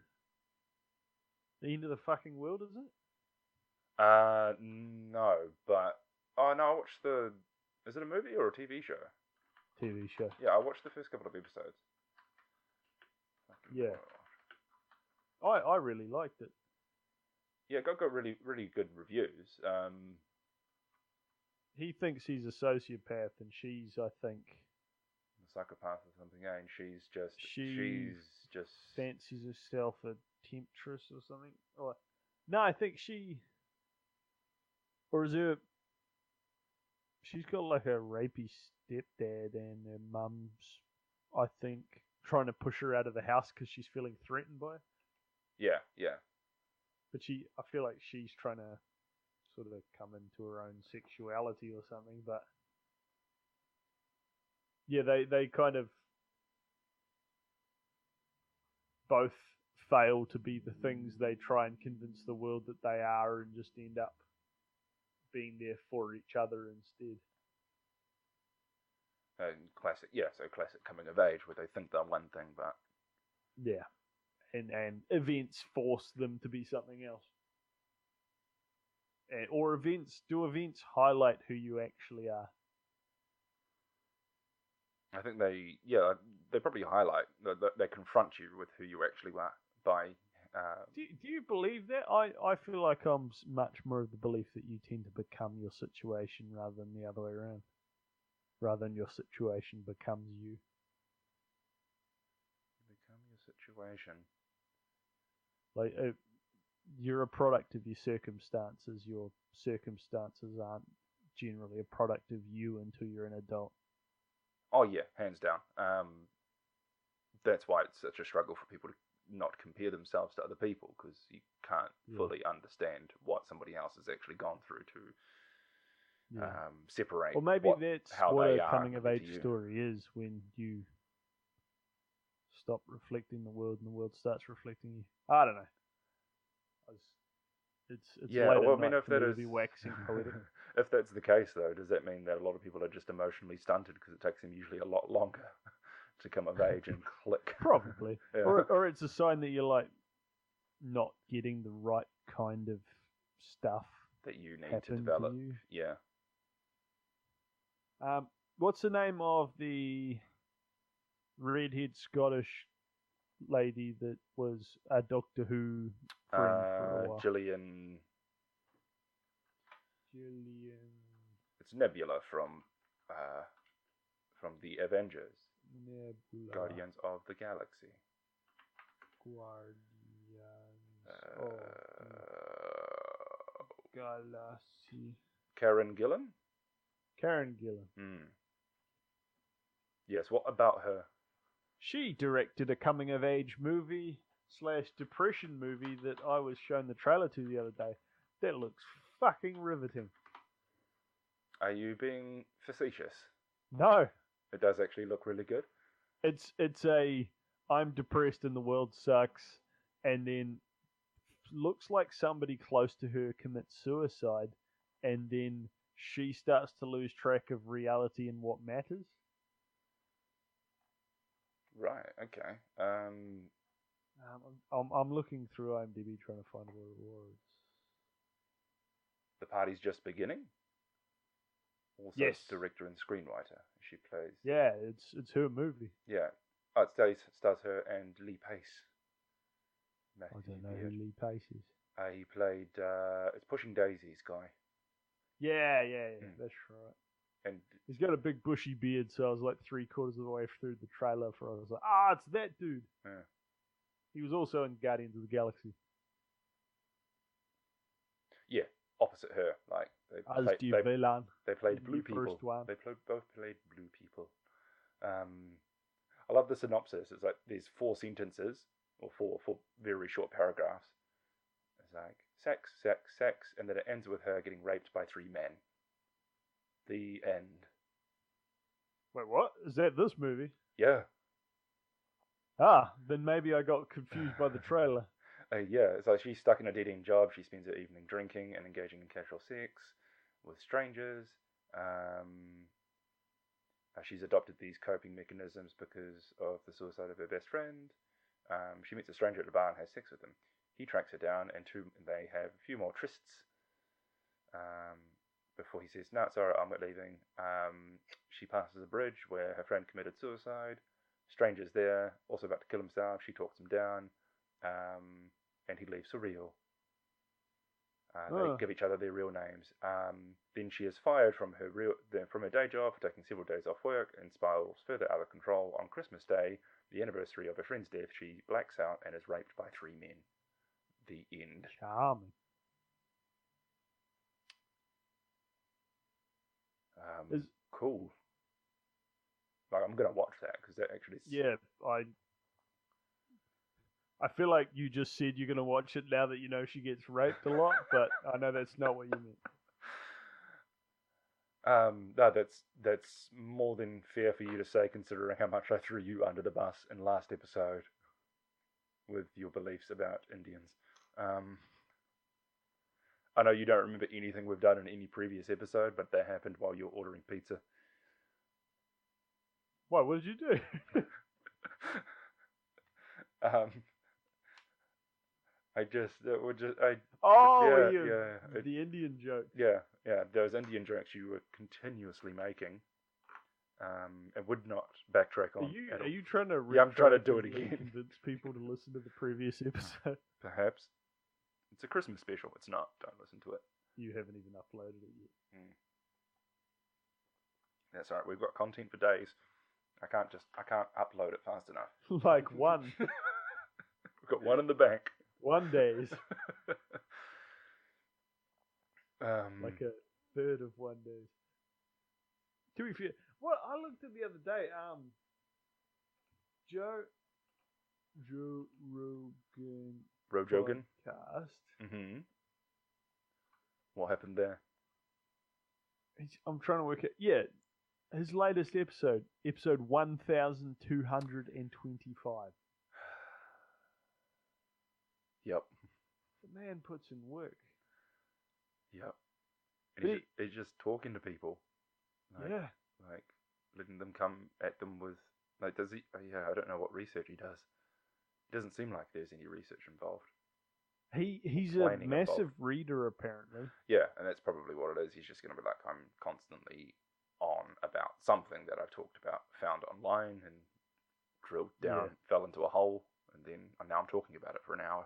The End of the Fucking World? Is it?
Uh, no, but. Oh, no, I watched the. Is it a movie or a TV show?
TV show.
Yeah, I watched the first couple of episodes. Fucking
Yeah.
hell.
I I really liked it.
Yeah, it got, got really, really good reviews. Um,
He thinks he's a sociopath, and she's, I think,
the psychopath or something, eh? and she's just.
She-
she's just.
fancies herself a temptress or something. Or no, I think she, or is her? She's got like a rapey stepdad, and her mum's, I think, trying to push her out of the house because she's feeling threatened by. It.
Yeah, yeah.
But she, I feel like she's trying to sort of come into her own sexuality or something. But yeah, they they kind of both fail to be the things they try and convince the world that they are, and just end up being there for each other instead.
And classic, yeah, so classic coming of age where they think they're one thing, but
Yeah. And and events force them to be something else. And, or events do events highlight who you actually are?
I think they, yeah, they probably highlight, they, they- they confront you with who you actually are by, uh,
Do, do you believe that? I, I feel like I'm s- much more of the belief that you tend to become your situation rather than the other way around. Rather than your situation becomes you.
become your situation.
Like uh, you're a product of your circumstances. Your circumstances aren't generally a product of you until you're an adult.
Oh yeah, hands down. Um, that's why it's such a struggle for people to not compare themselves to other people because you can't
Yeah.
fully understand what somebody else has actually gone through to um, separate.
Or Hmm. maybe
what-
that's
how
what
they
a
are
coming of
compared
age
to you.
story is when you stop reflecting the world and the world starts reflecting you. I don't know. I was- It's it's
yeah.
late
Well,
at
I mean,
night
if
for me
that
to
is
be waxing poetic.
if that's the case though, does that mean that a lot of people are just emotionally stunted because it takes them usually a lot longer to come of age and click?
Probably,
Yeah.
or or it's a sign that you're like not getting the right kind of stuff
that you need to
happen
develop.
to you.
Yeah.
Um, what's the name of the redhead Scottish lady that was a Doctor Who friend for a
Uh,
while?
Gillian,
Gillian
it's Nebula from uh, from the Avengers.
Nebula
Guardians of the Galaxy.
Guardians
Uh,
of the Galaxy.
Karen Gillan?
Karen Gillan.
Hmm. Yes, what about her?
She directed a coming of age movie slash depression movie that I was shown the trailer to the other day. That looks fucking riveting.
Are you being facetious?
No,
It does actually look really good.
it's it's a I'm depressed and the world sucks, and then looks like somebody close to her commits suicide, and then she starts to lose track of reality and what matters.
Right, okay. Um,
Um, I'm, I'm looking through IMDb trying to find what it was.
the party's just beginning. Also,
Yes.
director and screenwriter. She plays.
Yeah, it's it's her movie.
Yeah. Oh, it stars, stars her and Lee Pace.
I
Matthew
don't know who
Beard.
Lee Pace is.
Uh, he played. Uh, it's Pushing Daisies guy.
Yeah, yeah, yeah,
Hmm.
that's right.
And
He's got a big bushy beard, so I was like three quarters of the way through the trailer for it. I was like, ah, it's that dude.
Yeah.
He was also in Guardians of the Galaxy.
opposite her, like they,
As
play-
do
they
Velan.
They played
In
blue
the
people.
first one.
They played, both played blue people. Um, I love the synopsis. It's like there's four sentences or four four very short paragraphs. It's like sex, sex, sex, and then it ends with her getting raped by three men. The end.
Wait, what? Is that this movie?
Yeah,
Ah, then maybe I got confused by the trailer.
uh, yeah. It's like she's stuck in a dead end job. She spends her evening drinking and engaging in casual sex with strangers. Um, Uh, she's adopted these coping mechanisms because of the suicide of her best friend. Um, she meets a stranger at a bar and has sex with him. He tracks her down, and two, they have a few more trysts. Um, before he says, "No, it's alright, I'm not leaving." Um, she passes a bridge where her friend committed suicide. Stranger's there, also about to kill himself. She talks him down, um, and he leaves for real. Uh, they
Ah.
give each other their real names. Um, then she is fired from her real the- from her day job for taking several days off work and spirals further out of control. On Christmas Day, the anniversary of her friend's death, she blacks out and is raped by three men. The end.
Charming.
Um,
Is-
cool. Like I'm gonna watch that because that actually. s-
Yeah, I I feel like you just said you're going to watch it now that you know she gets raped a lot, but I know that's not what you meant.
Um, no, that's that's more than fair for you to say, considering how much I threw you under the bus in last episode with your beliefs about Indians. Um, I know you don't remember anything we've done in any previous episode, but that happened while you were ordering pizza.
Why? What did you do?
um, I just, it would just, I,
Oh,
yeah,
you,
yeah, it-
the Indian joke.
yeah, yeah, those Indian jokes you were continuously making, um, and would not backtrack
Are
on.
you
at
are
all.
you trying to?
Yeah, I'm trying to do it
retroactively
again.
Convince people to listen to the previous episode.
Perhaps it's a Christmas special. It's not. Don't listen to it.
You haven't even uploaded it yet.
That's all right. We've got content for days. I can't just, I can't upload it fast enough.
like one,
We've got one in the bank.
one days,
Um,
like a third of one days. To be fair, what I looked at the other day, um, Joe, Joe Rogan
Rojogan.
podcast.
Mm-hmm. What happened there?
He's, I'm trying to work it. Yeah, his latest episode, episode one thousand two hundred and twenty-five.
Yep.
The man puts in work.
Yep. And he's,
He-
he's just talking to people. Like,
Yeah.
Like letting them come at them with like does he? oh, Yeah, I don't know what research he does. It doesn't seem like there's any research involved.
He he's a
Complaining about-
massive reader apparently.
Yeah, and that's probably what it is. He's just going to be like, I'm constantly on about something that I've talked about, found online, and drilled
Yeah.
down, fell into a hole, and then and now I'm talking about it for an hour.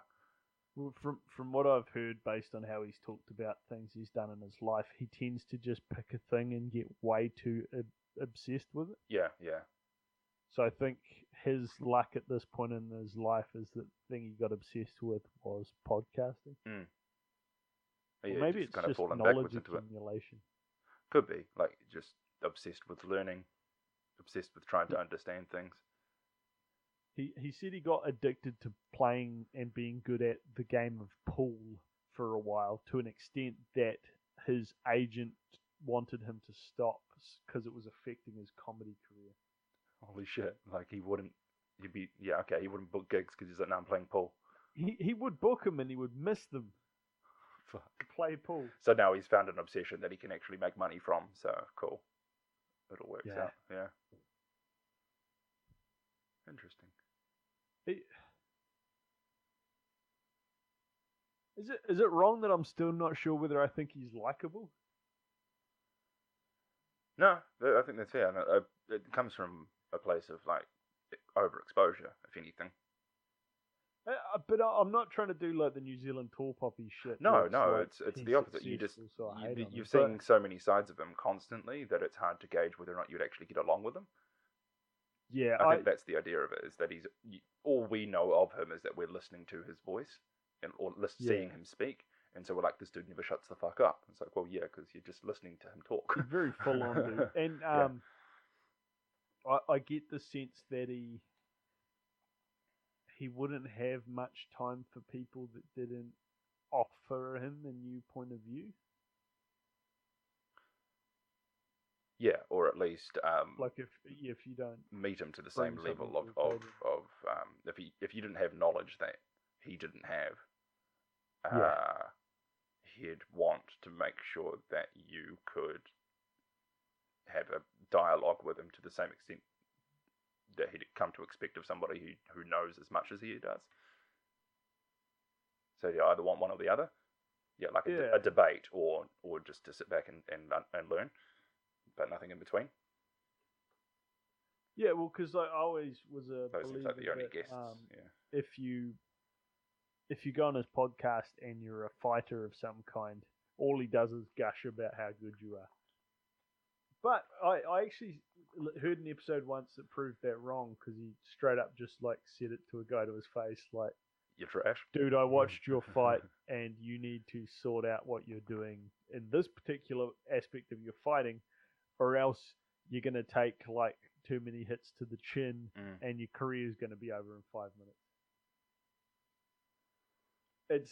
Well, from from what I've heard, based on how he's talked about things he's done in his life, he tends to just pick a thing and get way too ob- obsessed with it.
Yeah, yeah,
So I think his luck at this point in his life is that the thing he got obsessed with was podcasting.
yeah.
or maybe
just
it's
kind of
just
fallen
knowledge
backwards into it.
accumulation.
Could be like just obsessed with learning, obsessed with trying to understand things.
He he said he got addicted to playing and being good at the game of pool for a while to an extent that his agent wanted him to stop because it was affecting his comedy career.
Holy shit! Like he wouldn't. He'd be yeah okay. He wouldn't book gigs because he's like now I'm playing pool.
He he would book them and he would miss them
Fuck.
to play pool.
So now he's found an obsession that he can actually make money from. So cool. It all works
Yeah.
out. Yeah. Interesting.
Is it is it wrong that I'm still not sure whether I think he's likable?
No, th- I think that's fair. and it- uh, It comes from a place of like overexposure, if anything.
Uh, uh, But I- I'm not trying to do like the New Zealand tall poppy shit.
No,
where
no,
like,
it's- it's
he's
the opposite. You just-
successful, so I hate
You,
on him.
you're
But-
seeing so many sides of him constantly that it's hard to gauge whether or not you'd actually get along with him.
yeah,
I think that's the idea of it is that he's y- all we know of him is that we're listening to his voice and or lis- seeing
Yeah.
him speak, and so we're like, this dude never shuts the fuck up. It's like, well, yeah, because you're just listening to him talk.
He's very full on, dude. And
Yeah.
um, I, I get the sense that he he wouldn't have much time for people that didn't offer him a new point of view.
yeah, or at least um,
Like if if you don't,
meet him to the
bring
same
something
level
to
of
the
of,
table.
of um, if he if you didn't have knowledge that he didn't have,
Yeah.
uh, he'd want to make sure that you could have a dialogue with him to the same extent that he'd come to expect of somebody who who knows as much as he does. So you either want one or the other. Yeah, like a, de-
Yeah.
a debate or or just to sit back and, and, learn- and learn, but nothing in between.
yeah, well, because I always was a
Those seems like
believer
the only
that,
guests.
um,
yeah.
if you if you go on his podcast and you're a fighter of some kind, all he does is gush about how good you are. But I, I actually l- heard an episode once that proved that wrong because he straight up just like said it to a guy to his face, like,
You're trash.
"Dude, I watched your fight, and you need to sort out what you're doing in this particular aspect of your fighting, or else you're gonna take like too many hits to the chin,
Mm.
and your career's gonna be over in five minutes." it's.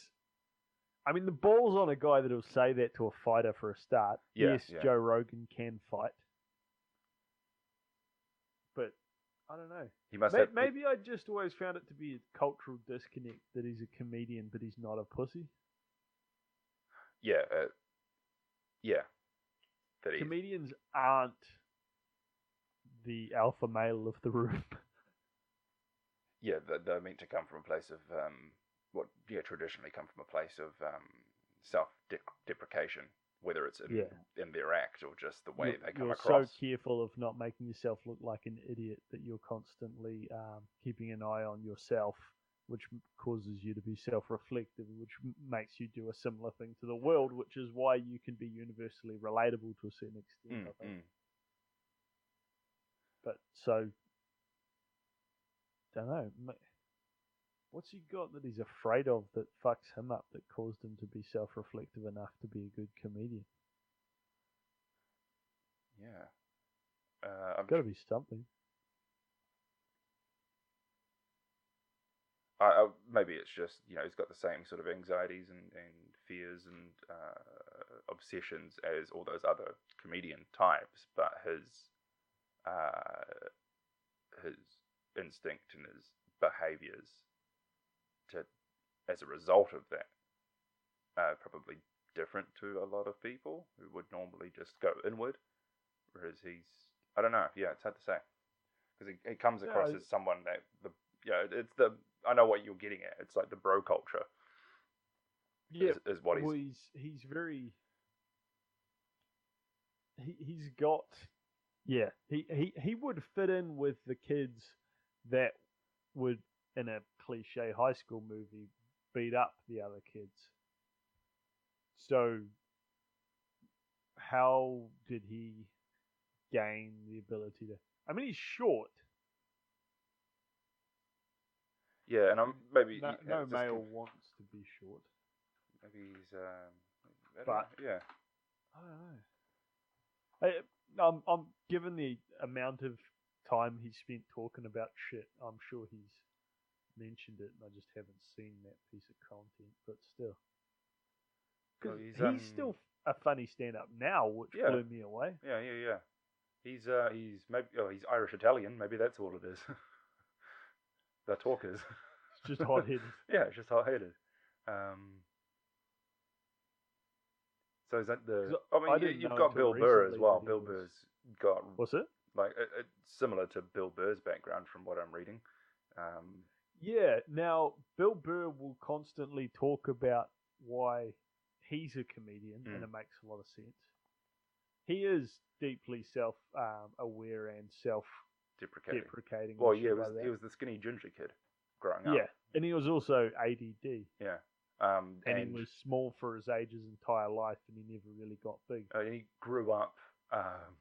I mean, the ball's on a guy that'll say that to a fighter for a start.
Yeah,
yes,
yeah.
Joe Rogan can fight, but I don't know.
He must
May-
have.
Maybe I just always found it to be a cultural disconnect that he's a comedian, but he's not a pussy.
Yeah. Uh, yeah. That he.
Comedians aren't the alpha male of the room.
Yeah, they're, they're meant to come from a place of um, what? Yeah, traditionally come from a place of um, self-deprecation, whether it's in, in their act or just the way
you're,
they come
you're
across.
so careful of not making yourself look like an idiot that you're constantly um, keeping an eye on yourself, which m- causes you to be self-reflective, which m- makes you do a similar thing to the world, which is why you can be universally relatable to a certain extent.
Mm,
I think.
mm.
But so, don't know. What's he got that he's afraid of that fucks him up that caused him to be self-reflective enough to be a good comedian?
Yeah. Uh, I'm
Got to be something.
I, I, maybe it's just you know he's got the same sort of anxieties and, and fears and uh, obsessions as all those other comedian types, but his uh, his instinct and his behaviours to as a result of that are probably different to a lot of people who would normally just go inward, whereas he's I don't know yeah it's hard to say because he, he comes
Yeah,
across
I-
as someone that the you know, it's the I know what you're getting at. It's like the bro culture. is, is what he's
well, he's he's very he he's got yeah he he he would fit in with the kids that would in a cliche high school movie beat up the other kids. So how did he gain the ability to? I mean, he's short.
yeah, and I'm maybe
No,
he-
no
it's just
male
con-
wants to be short.
Maybe he's um. I don't
But-
know, yeah,
I don't know. I, I'm, I'm um, given the amount of time he spent talking about shit, I'm sure he's mentioned it, and I just haven't seen that piece of content. But still, 'Cause
Well, he's,
he's,
um,
still a funny stand-up now, which
Yeah.
blew me away.
yeah, yeah, yeah. He's uh, he's maybe oh, he's Irish Italian. Maybe that's all it is. the talkers.
It's just hot-headed.
yeah, it's just hot headed. Um. So is that the?
'Cause
I mean,
I
you,
didn't
you've
know
got
until
Bill Burr as
recently
well.
that he
Bill
was-
Burr's got
Was it?
like it, it's similar to Bill Burr's background from what I'm reading. Um,
Yeah. Now Bill Burr will constantly talk about why he's a comedian, and
Mm.
it makes a lot of sense. He is deeply self-aware and self
deprecating.
deprecating. and
Well, yeah,
shit
it was,
like that.
he was the skinny ginger kid growing
yeah,
up.
and he was also ADD,
Yeah. Um,
and,
and,
he was small for his age his entire life, and he never really got big.
uh, he grew up um,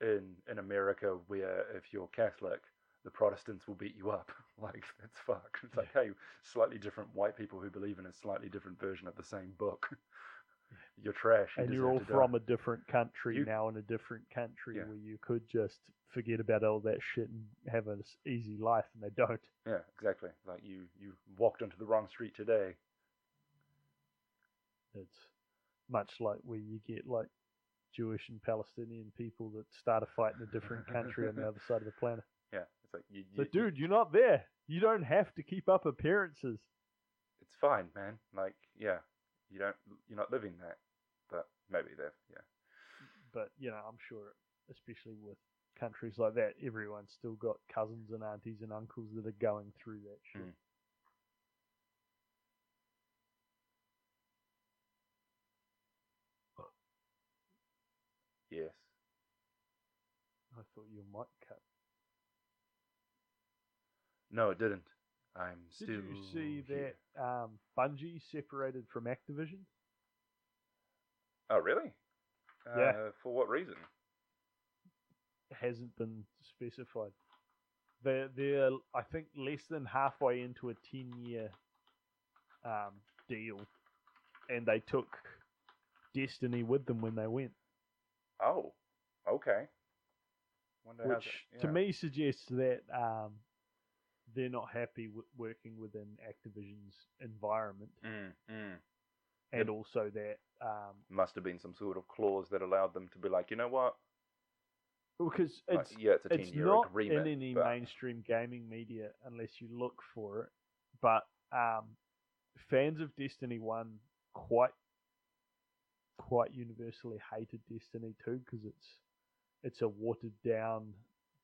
in in America where if you're Catholic, the Protestants will beat you up. Like that's fuck. It's like hey, slightly different white people who believe in a slightly different version of the same book. You're trash. You
and
deserve
you're all
to die.
from a different country
You-
now, in a different country
Yeah.
where you could just forget about all that shit and have an easy life, and they don't.
Yeah, exactly. Like you you walked onto the wrong street today.
It's much like where you get like Jewish and Palestinian people that start a fight in a different country on the other side of the planet.
Yeah, it's like you, you,
But
you-
dude, you're not there. You don't have to keep up appearances.
it's fine, man. Like, yeah, you don't, you're not living that, but maybe they're, yeah,
but you know, I'm sure, especially with countries like that, everyone's still got cousins and aunties and uncles that are going through that shit.
Mm. yes.
I thought you might cut.
No, it didn't. I'm still.
Did you see
here.
that um, Bungie separated from Activision?
Oh, really? Uh,
Yeah.
For what reason?
Hasn't been specified. They're they're I think less than halfway into a ten year um, deal, and they took Destiny with them when they went.
Oh, okay. Wonder how
which
that-
to
yeah.
me suggests that um, they're not happy with working within Activision's environment,
Mm, mm.
and also that um,
Must have been some sort of clause that allowed them to be like, you know what?
because
Like,
it's
yeah, it's a
it's
10 year
not
agreement.
in any
but
mainstream gaming media unless you look for it. But um, fans of Destiny One quite quite universally hated Destiny Two because it's it's a watered down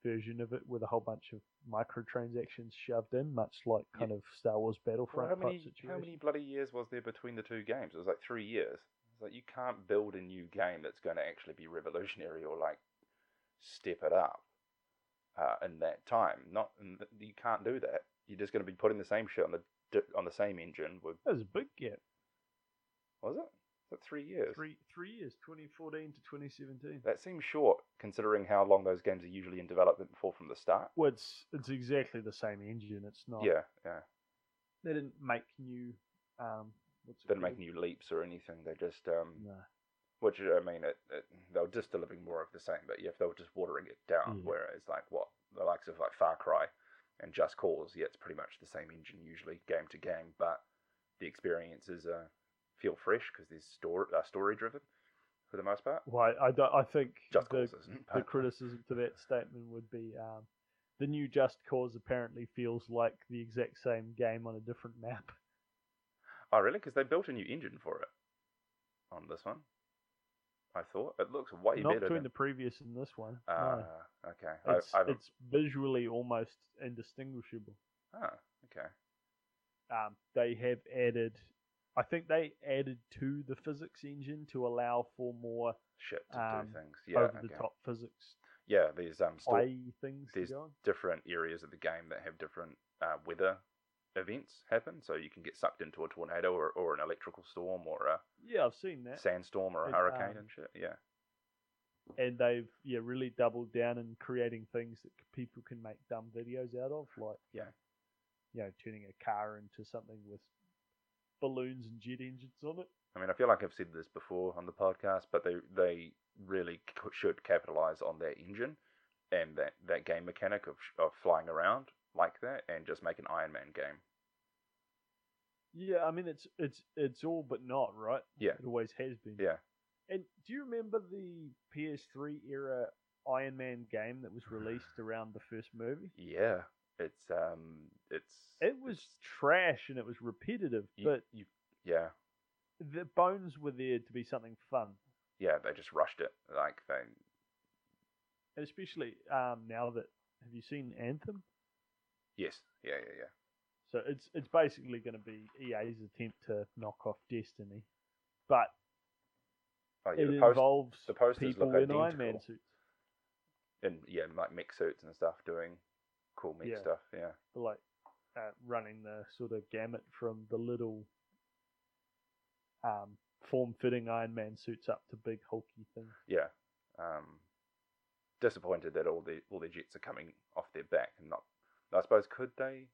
version of it with a whole bunch of microtransactions shoved in, much like kind of Star Wars
Well,
Battlefront
how,
type
many,
situation.
how many bloody years was there between the two games? It was like three years. It's like you can't build a new game that's going to actually be revolutionary or like step it up uh, in that time. Not in th- you can't do that. You're just going to be putting the same shit on the di- on the same engine. With
That was a big gap.
was it? Was it three years?
Three three years, 2014 to 2017.
That seems short considering how long those games are usually in development for from the start.
Well, it's it's exactly the same engine. It's not.
Yeah, yeah.
They didn't make new. Um, what's it
Didn't make
called?
new leaps or anything. They just um,
No.
Which I mean, it, it, they were just delivering more of the same, but yeah, if they were just watering it down,
Yeah.
whereas like what the likes of like Far Cry and Just Cause, yeah, it's pretty much the same engine usually, game to game, but the experiences uh, feel fresh because they're store, uh, story driven for the most part.
Well, I, I don't- I think
Just
the,
Cause isn't.
the
But,
criticism to that statement would be um, the new Just Cause apparently feels like the exact same game on a different map.
oh, really? Because they built a new engine for it on this one. I thought it looks way
Not
better.
between
Than,
the previous and this one. no.
uh, okay. I-
It's,
I, haven't-
it's visually almost indistinguishable.
ah, okay.
um, they have added, I think they added to the physics engine to allow for more
Shit to
Um,
do things. Yeah.
over
okay.
the top physics
Yeah, there's um. Store-
play things to
there's-
go on.
different areas of the game that have different uh, weather events happen. So you can get sucked into a tornado or, or an electrical storm or a
Yeah, I've seen that.
sandstorm or a
And,
hurricane
um,
and shit. Yeah.
and they've yeah really doubled down in creating things that c- people can make dumb videos out of, like
Yeah.
you know, turning a car into something with balloons and jet engines on it.
I mean, I feel like I've said this before on the podcast, but they they really c- should capitalize on that engine and that, that game mechanic of, sh- of flying around like that and just make an Iron Man game.
Yeah, I mean it's it's it's all but not right.
Yeah.
it always has been.
Yeah.
And do you remember the PS3 era Iron Man game that was released around the first movie?
Yeah. It's um it's
It was trash and it was repetitive,
you-
but
you yeah.
the bones were there to be something fun.
Yeah, they just rushed it. Like they
And especially um, now that have you seen Anthem?
yes. Yeah, yeah, yeah.
So it's it's basically going to be EA's attempt to knock off Destiny, but
Oh, yeah,
it
the post-
involves
the posters
people
look
in Iron Man
identical.
suits,
and yeah, like mech suits and stuff, doing cool mech
Yeah.
stuff. Yeah,
like uh, running the sort of gamut from the little um, form-fitting Iron Man suits up to big hulky things.
yeah. Um, disappointed that all the all their jets are coming off their back and not. I suppose could they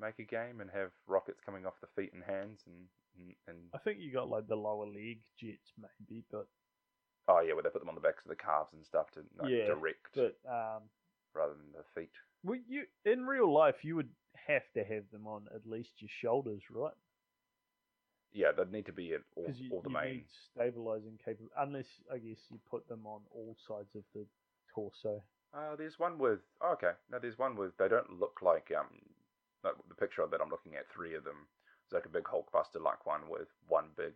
make a game and have rockets coming off the feet and hands and and, and
I think you got like the lower leg jets maybe, but
oh yeah, where they put them on the backs of the calves and stuff to like,
Yeah,
direct
but um,
rather than the feet.
well, you in real life you would have to have them on at least your shoulders, right?
Yeah, they'd need to be at all,
Because you,
all the
you
main.
need stabilizing capable, unless I guess you put them on all sides of the torso.
Uh, there's one with oh, okay. No, there's one with they don't look like um like the picture that I'm looking at. Three of them. There's like a big Hulkbuster like one with one big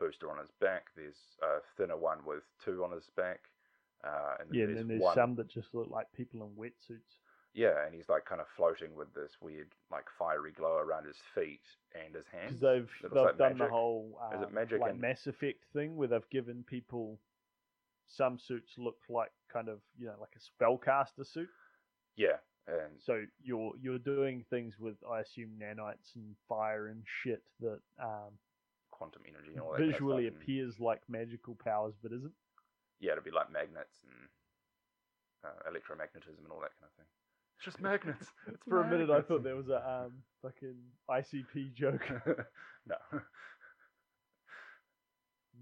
booster on his back. There's a thinner one with two on his back. Uh, and then
Yeah,
there's,
and then there's
one,
some that just look like people in wetsuits.
Yeah, and he's like kind of floating with this weird like fiery glow around his feet and his hands.
Because they've
It looks like
they've done the
magic.
whole
Is
um,
it magic
like
and-
Mass Effect thing where they've given people some suits look like kind of you know like a spellcaster suit.
Yeah, and
So you're you're doing things with I assume nanites and fire and shit that um,
quantum energy and all that. kind of stuff, Mm.
visually
and-
appears like magical powers but isn't.
yeah, it'd be like magnets and uh, electromagnetism and all that kind of thing. It's just magnets. It's
For a minute, I
magnets.
thought there was a um, fucking ICP joke.
no.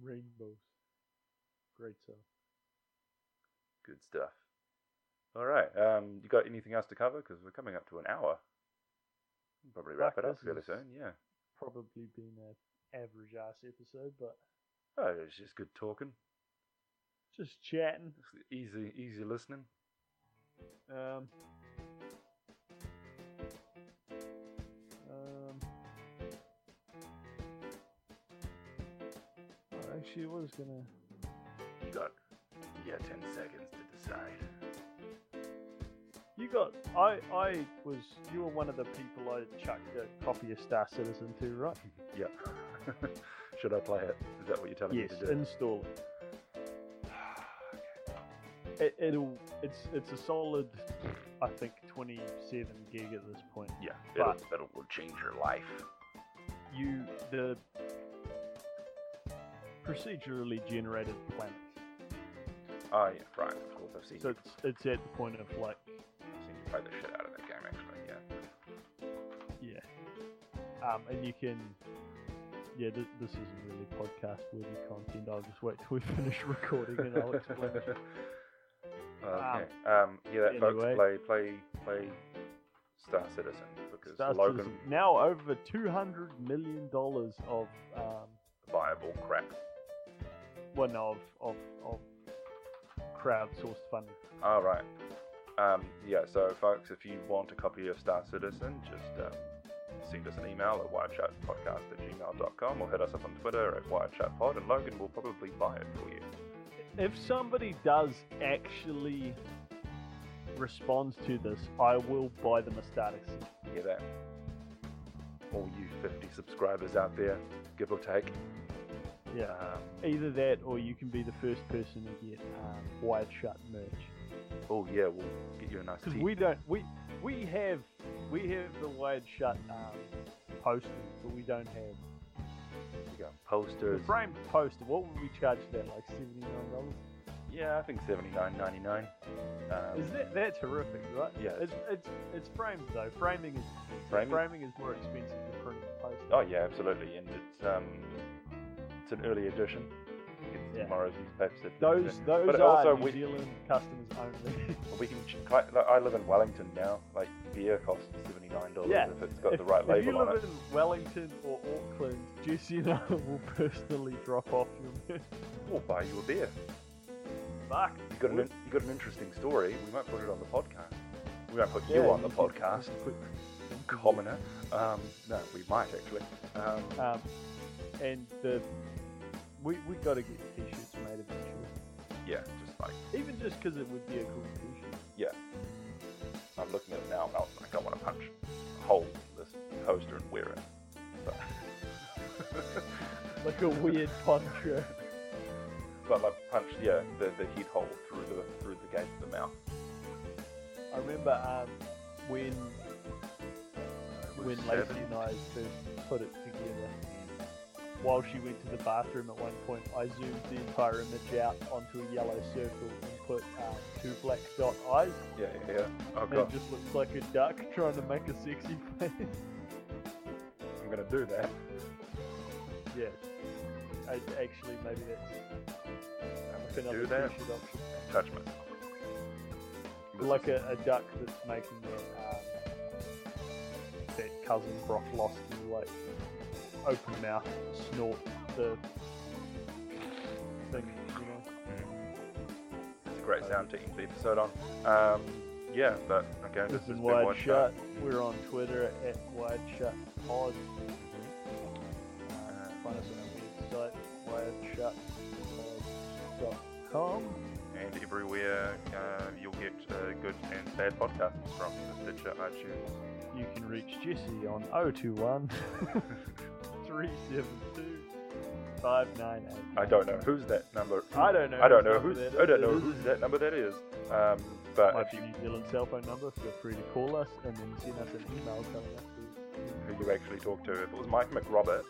Rainbows. Great stuff.
Good stuff. All right. Um, you got anything else to cover? Because we're coming up to an hour. Probably wrap
Fuck,
it up
this
fairly
is-
soon. Yeah.
Probably been an average ass episode, but
Oh, it's just good talking.
just chatting.
It's easy, easy listening.
Um, um, I actually was gonna.
You got yeah, ten seconds to decide.
You got. I I was. You were one of the people I chucked a copy of Star Citizen to, right?
Yeah. Should I play it? Is that what you're telling
Yes.
me to do?
Install it. it. It'll. It's it's a solid. I think 27 gig at this point.
yeah, it'll,
But-
it'll will change your life.
you the procedurally generated planet.
Oh yeah, right. Of course, I've seen
So
you.
it's it's at the point of like
I've seen you play the shit out of that game. Actually, yeah.
yeah, um, and you can yeah. Th- this isn't really podcast worthy content. I'll just wait till we finish recording and I'll explain. it.
okay. Um, yeah, that folks
anyway.
play play play Star Citizen because
Star
Logan
Citizen, now over two hundred million dollars of um,
viable crap.
well, no, of of of crowdsourced funding.
All right. Um, yeah, so folks, if you want a copy of Star Citizen, just um, send us an email at wirechatpodcast at gmail.com or hit us up on Twitter at wirechatpod and Logan will probably buy it for you.
If somebody does actually respond to this, I will buy them a starter set.
You hear that? All you 50 subscribers out there, give or take.
Yeah,
Um,
either that or you can be the first person to get um, wired shut merch
oh, yeah, we'll get you a nice
because
tea.
we don't we we have we have the wired shut um, posters, but we don't have
We got
the
posters.
framed poster. What would we charge that? Like seventy nine dollars?
Yeah, I think seventy nine ninety nine. Um,
Is that that's horrific, right?
Yeah.
it's it's it's framed though. Framing is expensive.
Framing?
framing is more expensive than printing a poster.
oh, yeah, absolutely. And it's um, it's an early edition. It's
Yeah.
tomorrow's newspaper. edition.
Those those
But
are
also
New
we-
Zealand customers only.
But we can. ch- Like, like, I live in Wellington now. Like beer costs seventy nine dollars
Yeah.
if it's got
if,
the right
if you
label on
live
it.
in Wellington or Auckland, Jesse and I will personally drop off your merch.
We'll buy you a beer.
Fuck.
You got an
Would-
in- you got an interesting story. We might put it on the podcast. We won't put
yeah,
you on the
can-
podcast,
quick,
commoner. Um, no, we might actually. Um,
Um, and the we we got to get t-shirts made eventually,
yeah, just like
even just because it would be a cool t-shirt.
I'm looking at it now. and I was like, oh I want to punch a hole in this poster and wear it. But,
Like a weird poncho.
but like punch, yeah, the, the head hole through the through the gate of the mouth.
I remember um, when
It was
when
Uh, seven.
Lacey and I first put it together. While she went to the bathroom at one point, I zoomed the entire image out onto a yellow circle and put um, two black dot eyes.
Yeah, yeah, yeah. Oh
And it
god,
just looks like a duck trying to make a sexy face.
I'm gonna do that.
yeah. I, actually, maybe that's
I'm gonna
another
do that.
t-shirt option.
Touch me. This
Like
is-
a, a duck that's making that, um, that cousin Broflovski, like, open mouth snort the thing, you know?
it's a great sound to end the episode on. Um, yeah, but okay,
This
this
is
has
Wide
been uh,
Shut. We're on Twitter at Wide Shut Pod. Uh, Find us on our website, wideshutpod.com.
and everywhere uh, you'll get uh, good and bad podcasts from the Stitcher, iTunes.
You can reach Jesse on 021 372 598.
I don't know who's that number.
I don't know.
I don't
whose
know
number
who's.
that
I
is.
don't know
It
who's
is
that number that is. Um, but
My
if you,
New Zealand cell phone number. Feel free to call us and then send us an email telling us who-
who you actually talk to, if it was Mike McRoberts,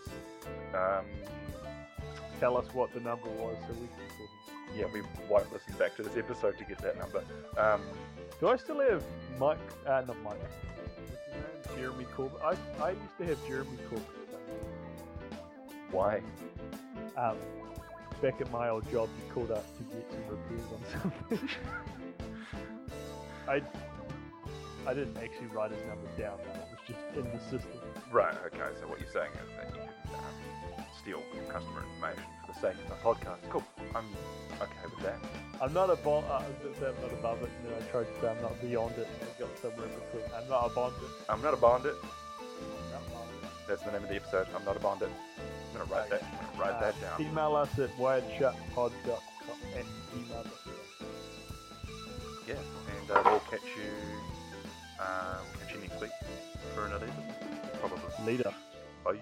um,
tell us what the number was so we can call him.
yeah, we won't listen back to this episode to get that number. Um,
Do I still have Mike? Uh, not Mike. What's his name? Jeremy Corbyn. I, I used to have Jeremy Corbyn.
why?
Um, back at my old job, you called up to get some repairs on something. I I didn't actually write his number down. It was just in the system.
Right, okay, so what you're saying is that you can um, steal customer information for the sake of the podcast. Cool, I'm okay with that.
I'm not a bond. Uh, I'm not above it, and then I tried to say I'm not beyond it, and I got somewhere in between. I'm not a bonded.
I'm not a bondit.
I'm not bonded.
That's the name of the episode. I'm not a bondit. I'm gonna write that. I'm gonna write
Uh,
that down.
Email us at wiredshotpod.com and email us.
yeah, and uh, we'll catch you, uh, um, catch you next week for another episode, probably.
Later.
Bye.